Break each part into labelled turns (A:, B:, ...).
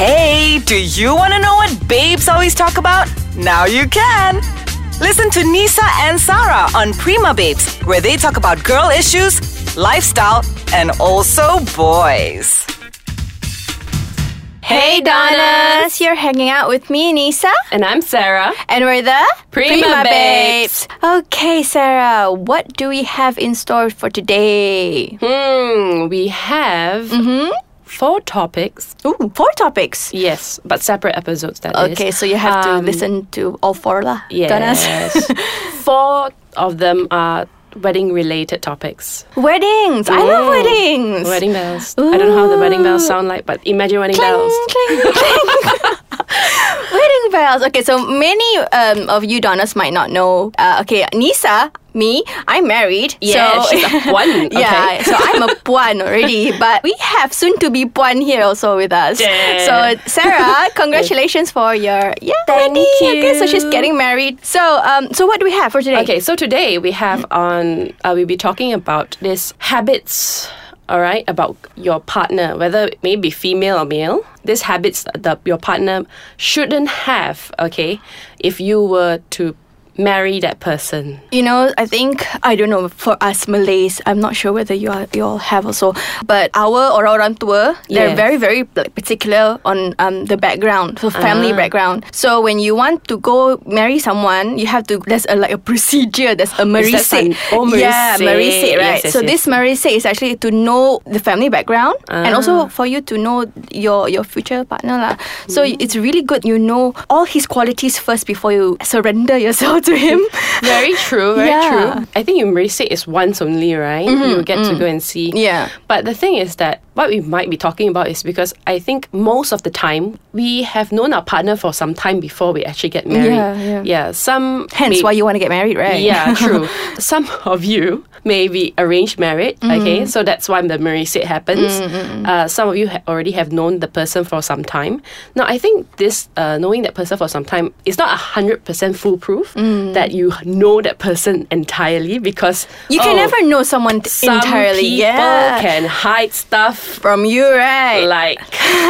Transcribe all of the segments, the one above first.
A: Hey, do you want to know what babes always talk about? Now you can. Listen to Nisa and Sarah on Prima Babes, where they talk about girl issues, lifestyle, and also boys.
B: Hey, Donnas! You're hanging out with me, Nisa,
C: And I'm Sarah.
B: and we're the
C: Prima Babes.
B: Okay, Sarah, what do we have in store for today?
C: Hmm, we have
B: Mm-hmm.
C: four topics.
B: Ooh, four topics.
C: Yes, but separate episodes, That is.
B: Okay, so you
C: Um,
B: have to listen to all four, lah. Donnas.
C: Yes. four of them are wedding related topics.
B: weddings. I love
C: Ooh,
B: weddings.
C: Wedding bells. I don't know how the wedding bells sound like, but imagine wedding bells.
B: Cling, cling, cling. Wedding bells. Okay, so many um, of you donors might not know. Uh, okay, Nisa, me, I'm married.
C: Yeah,
B: so
C: she's a puan,
B: yeah,
C: okay.
B: so I'm a puan already. But we have soon to be puan here also with us.
C: Yeah.
B: So Sarah, congratulations for your yeah
C: Thank
B: wedding. Okay, so
C: you.
B: she's getting married. So um, so what do we have for today?
C: Okay, so today we have
B: Mm.
C: on uh, we'll be talking about this habits, all right, about your partner, whether it may be female or male. These habits that your partner shouldn't have, okay, if you were to marry that person.
B: You know, I think I don't know for us Malays. I'm not sure whether you are, you all have also, but our orang-orang tua
C: Yes.
B: they're very very like, particular on um, the background, so family
C: Ah.
B: background. So when you want to go marry someone, you have to there's a, like a procedure. There's a
C: that
B: marise.
C: some- oh, marise.
B: yeah, marise, right?
C: Yes, yes,
B: so
C: yes.
B: this marise is actually to know the family background and
C: Ah.
B: also for you to know your your future partner lah. So
C: Mm.
B: it's really good you know all his qualities first before you surrender yourself to him.
C: Very true, very
B: Yeah. Mm-hmm,
C: true. I think you say it's once only, right? you get to go and see.
B: mm. Yeah.
C: But the thing is that what we might be talking about is because I think most of the time we have known our partner for some time before we actually get married.
B: Yeah, yeah.
C: some
B: Hence
C: may-
B: why you want to get married, right?
C: Yeah, true. Some of you maybe arranged marriage,
B: Mm.
C: okay? So that's why the marriage sit happens. Uh, some of you ha- already have known the person for some time. Now, I think this uh, knowing that person for some time is not 100% foolproof
B: Mm.
C: that you know that person entirely because
B: you can
C: oh,
B: never know someone t-
C: some
B: entirely.
C: people
B: yeah.
C: can hide stuff
B: from you, right?
C: like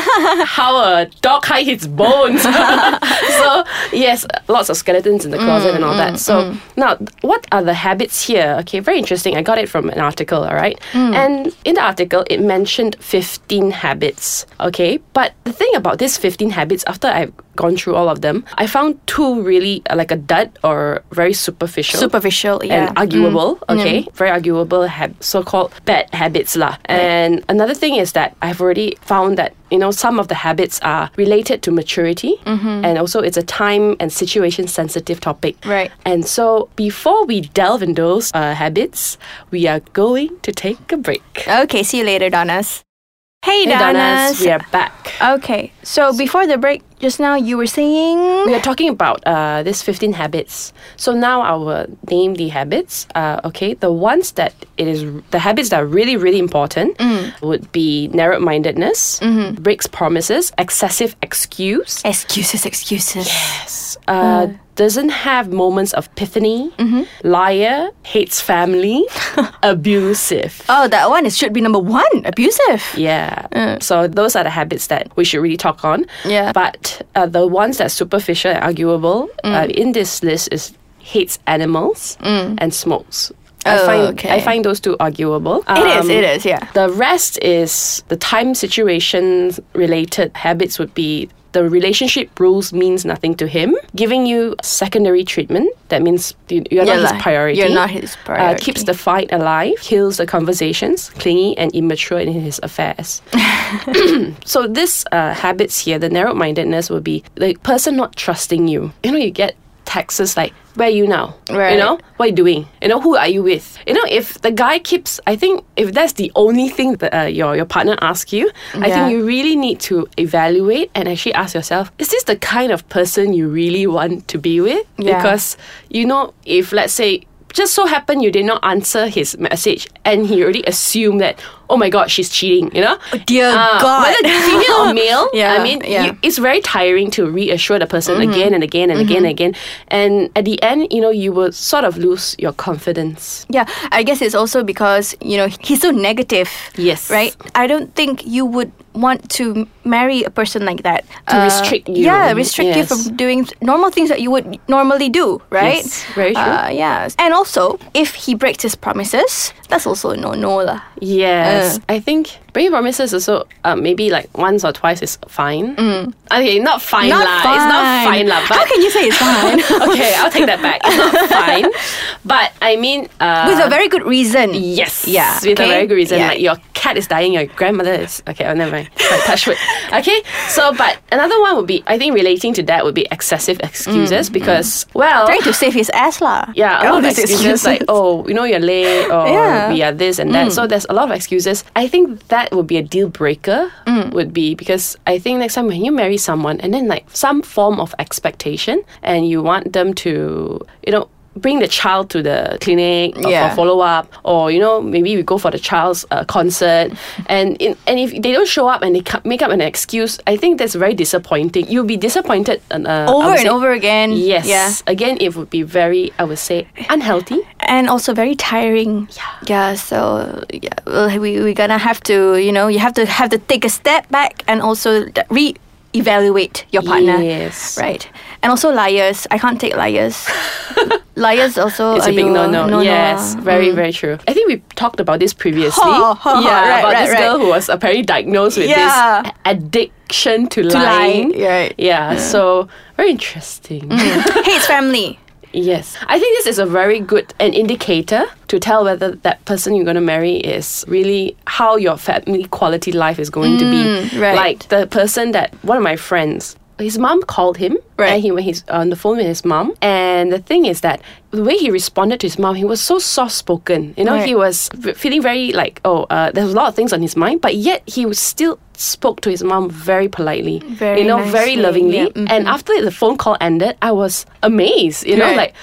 C: how a dog hide its bones. so yes, lots of skeletons in the closet and all that. So now, what are the habits here? Okay, very interesting. I got it from an article. All right, and in the article it mentioned fifteen habits. Okay, but the thing about these fifteen habits, after I've gone through all of them, I found two really uh, like a dud or very superficial
B: Superficial, yeah.
C: and arguable, okay? Very arguable, hab- so called bad habits. lah. And another thing is that I've already found that, you know, some of the habits are related to maturity
B: Mm-hmm.
C: and also it's a time and situation sensitive topic.
B: Right.
C: And so before we delve in those uh, habits, we are going to take a break.
B: okay, see you later, Donnas. Hey,
C: Hey, Donnas,
B: Donnas.
C: we are back.
B: Okay, so before the break, just now you were saying.
C: We are talking about uh, these 15 habits. So now I will name the habits. Uh, okay, the ones that it is the habits that are really really important would be narrow-mindedness, breaks promises, excessive excuse,
B: Excuses, excuses.
C: uh, doesn't have moments of epiphany, liar, hates family, abusive.
B: Oh, that one is, should be number one abusive.
C: Yeah. So those are the habits that we should really talk on.
B: Mm. Yeah.
C: But uh, the ones that are superficial and arguable
B: Mm.
C: uh, in this list is hates animals and smokes. I
B: Oh,
C: find
B: okay.
C: I find those two arguable. Um,
B: It is, it is, yeah.
C: The rest is the time situation related habits would be the relationship rules means nothing to him. Giving you secondary treatment, that means you- you're
B: Yeah,
C: not his
B: like,
C: priority.
B: you're not his
C: Uh, keeps
B: priority.
C: the fight alive, kills the conversations, clingy and immature in his affairs. so this uh, habits here, the narrow-mindedness will be the person not trusting you. You know, you get texts like, "Where are you now?
B: Right.
C: You know, what are you doing? You know, who are you with? You know, if the guy keeps, I think if that's the only thing that uh, your your partner asks you, I
B: Yeah.
C: think you really need to evaluate and actually ask yourself, is this the kind of person you really want to be with?
B: Yeah.
C: Because you know, if let's say just so happened you did not answer his message and he already assumed that oh my god she's cheating you know
B: Oh, dear God.
C: whether Uh, female or male
B: Yeah,
C: i mean
B: yeah. Mm-hmm.
C: you- it's very tiring to reassure the person again and again and again and again and at the end you know you will sort of lose your confidence
B: Yeah, I guess it's also because, you know, he's so negative.
C: Yes.
B: Right? I don't think you would want to marry a person like that. Uh,
C: To restrict you.
B: Yeah, restrict you
C: Yes.
B: from doing normal things that you would normally do, right?
C: Yes, very true.
B: Uh, yeah. And also, if he breaks his promises, that's also a no-no lah.
C: Yes,
B: Uh.
C: I think breaking promises also uh, maybe like once or twice is fine.
B: Mm.
C: Okay, not fine lah. It's not fine lah. But
B: How can you say it's fine?
C: okay, I'll take that back. It's not fine, but I mean uh,
B: With a very good reason.
C: yes,
B: Yeah.
C: with
B: okay?
C: a very good reason.
B: Yeah.
C: Like your cat is dying, your grandmother is okay. Oh, never mind. Right, touch wood. Okay, so but another one would be I think relating to that would be excessive
B: Mm,
C: excuses because well
B: trying to save his ass lah.
C: yeah, a
B: All
C: lot of
B: these
C: excuses, like, oh, you know, you're late or
B: Yeah. Mm.
C: we are this and that. So there's a lot of excuses. I think that would be a deal breaker,
B: Mm.
C: would be because I think next time when you marry someone and then like some form of expectation and you want them to, you know, bring the child to the clinic or
B: Yeah.
C: for follow up or you know maybe we go for the child's uh, concert and in, and if they don't show up and they ca- make up an excuse I think that's very disappointing you'll be disappointed uh, I
B: Over
C: would
B: and over again.
C: yes
B: Yeah. Oh,
C: again it would be very I would say unhealthy
B: and also very tiring. Yeah. so yeah, well, we we're gonna have to, you know, you have to have to take a step back and also th- re-evaluate your partner.
C: Yes.
B: Right. And also liars. I can't take liars. liars also
C: it's a big
B: aiyo,
C: no no yes
B: lah.
C: very very true I think we talked about this previously
B: Ho, ho,
C: yeah
B: right,
C: about
B: right,
C: this
B: right.
C: girl who was apparently diagnosed with
B: Yeah.
C: this a- addiction to,
B: lying,
C: lying
B: right.
C: yeah, so very interesting
B: Hates family.
C: Yes. I think this is a very good an indicator to tell whether that person you're going to marry is really how your family quality life is going to be.
B: Mm, right.
C: Like the person that one of my friends his mom called him
B: Right.
C: and he when he's on the phone with his mom and the thing is that the way he responded to his mom he was so soft spoken you know
B: Right.
C: he was v- feeling very like oh uh, there's a lot of things on his mind but yet he was still spoke to his mom very politely
B: Very
C: you know very
B: nicely,
C: lovingly
B: yeah. Mhm.
C: and after the phone call ended i was amazed you know
B: Right.
C: like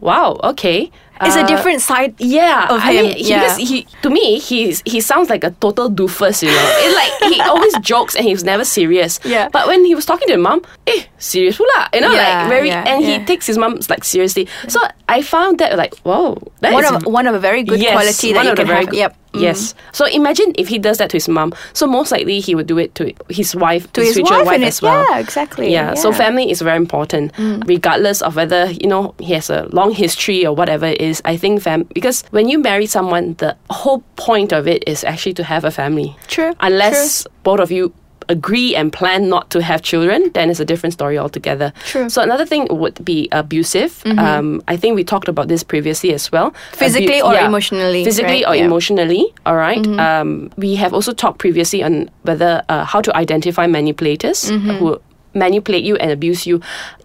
C: wow, okay.
B: It's a
C: Uh,
B: different side.
C: yeah,
B: of
C: I
B: him,
C: mean, he,
B: yeah.
C: because he to me he's he sounds like a total doofus, you know. It's like he always jokes and he was never serious.
B: Yeah.
C: But when he was talking to the mom, eh, serious pula, you know,
B: Yeah,
C: like very,
B: yeah,
C: and
B: yeah.
C: he takes his mom like seriously. So I found that like, whoa, that
B: One
C: is
B: of one of a very good
C: yes,
B: quality
C: one of
B: that you
C: the
B: can
C: very
B: have.
C: good-
B: Yep. Mm.
C: Yes. So imagine if he does that to his mom. So most likely he would do it to his wife,
B: To his
C: future
B: wife
C: wife,
B: and
C: as
B: his-
C: well.
B: yeah, exactly,
C: Yeah. So
B: yeah. Mm.
C: family is very important, regardless of whether you know he has a long history or whatever it is. I think fam because when you marry someone, the whole point of it is actually to have a family.
B: True,
C: Unless both of you agree and plan not to have children, then it's a different story altogether.
B: True. Mm-hmm.
C: So another thing would be abusive. Um, I think we talked about this previously as well.
B: Physically or emotionally,
C: Physically or
B: right? Yeah. Mm-hmm.
C: emotionally. All right? Um, we have also talked previously on whether uh, how to identify manipulators
B: Mm-hmm.
C: who manipulate you and abuse you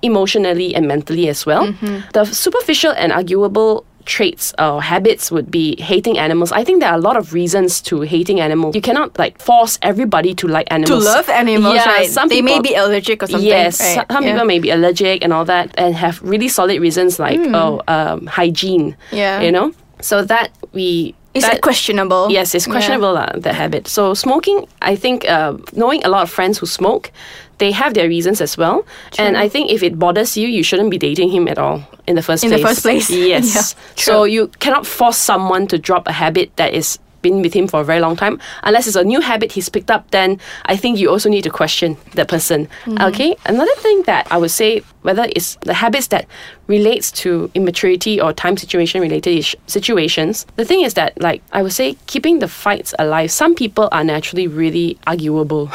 C: emotionally and mentally as well.
B: Mm-hmm.
C: The superficial and arguable traits or habits would be hating animals. I think there are a lot of reasons to hating animals. You cannot like force everybody to like
B: To
C: animals.
B: love animals,
C: yeah,
B: right?
C: Some
B: they may
C: people-
B: be allergic or something.
C: Yes,
B: right?
C: so- some
B: Yeah.
C: people may be allergic and all that, and have really solid reasons like oh, um, hygiene.
B: Hmm. Yeah.
C: you know. So that we
B: Is that,
C: that-
B: questionable?
C: Yes, it's
B: Yeah.
C: questionable uh, the habit. So smoking, I think, uh, knowing a lot of friends who smoke, they have their reasons as well. And I think if it bothers you, you shouldn't be dating him at all in the first
B: In the
C: place.
B: first place.
C: yes.
B: Yeah,
C: so you cannot force someone to drop a habit that is been with him for a very long time unless it's a new habit he's picked up then i think you also need to question the person okay another thing that i would say whether it's the habits that relates to immaturity or time situation related ish- situations the thing is that like i would say keeping the fights alive some people are naturally really arguable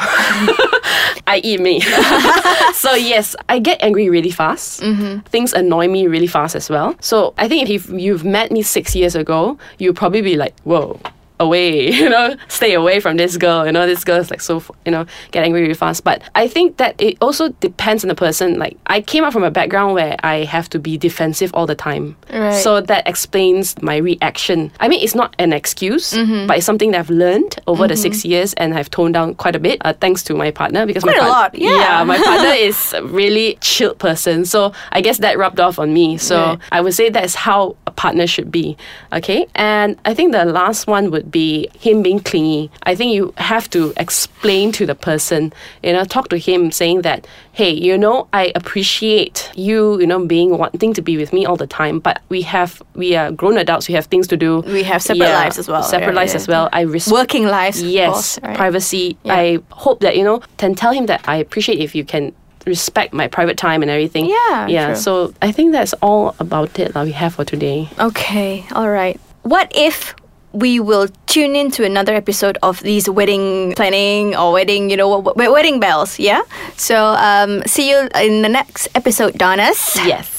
C: i.e. me. so yes, I get angry really fast. Things annoy me really fast as well. So I think if you've met me six years ago, you'll probably be like, whoa. Away, you know, stay away from this girl. You know, this girl is like so, f- you know, get angry really fast. But I think that it also depends on the person. Like, I came up from a background where I have to be defensive all the time.
B: Right.
C: So that explains my reaction. I mean, it's not an excuse,
B: Mm-hmm.
C: but it's something that I've learned over the six years and I've toned down quite a bit uh, thanks to my partner because my
B: Quite a
C: part-
B: lot, yeah.
C: my partner is a really chilled person, so I guess that rubbed off on me. So
B: Right.
C: I would say that's how a partner should be. Okay, and I think the last one would would be him being clingy. I think you have to explain to the person, you know, talk to him saying that, hey, you know, I appreciate you, you know, being wanting to be with me all the time, but we have, we are grown adults, we have things to do.
B: We have separate
C: Yeah,
B: lives as well,
C: Separate
B: right?
C: lives as well. I respect.
B: Working lives, of
C: Yes.
B: course, right?
C: Privacy.
B: Yeah.
C: I hope that, you know, can tell him that I appreciate if you can respect my private time and everything.
B: Yeah,
C: Yeah.
B: true.
C: So I think that's all about it that we have for today.
B: Okay, all right. What if we will tune in to another episode of these wedding planning or wedding, you know, w- w- wedding bells, yeah? So, um, see you in the next episode, Donas.
C: Yes.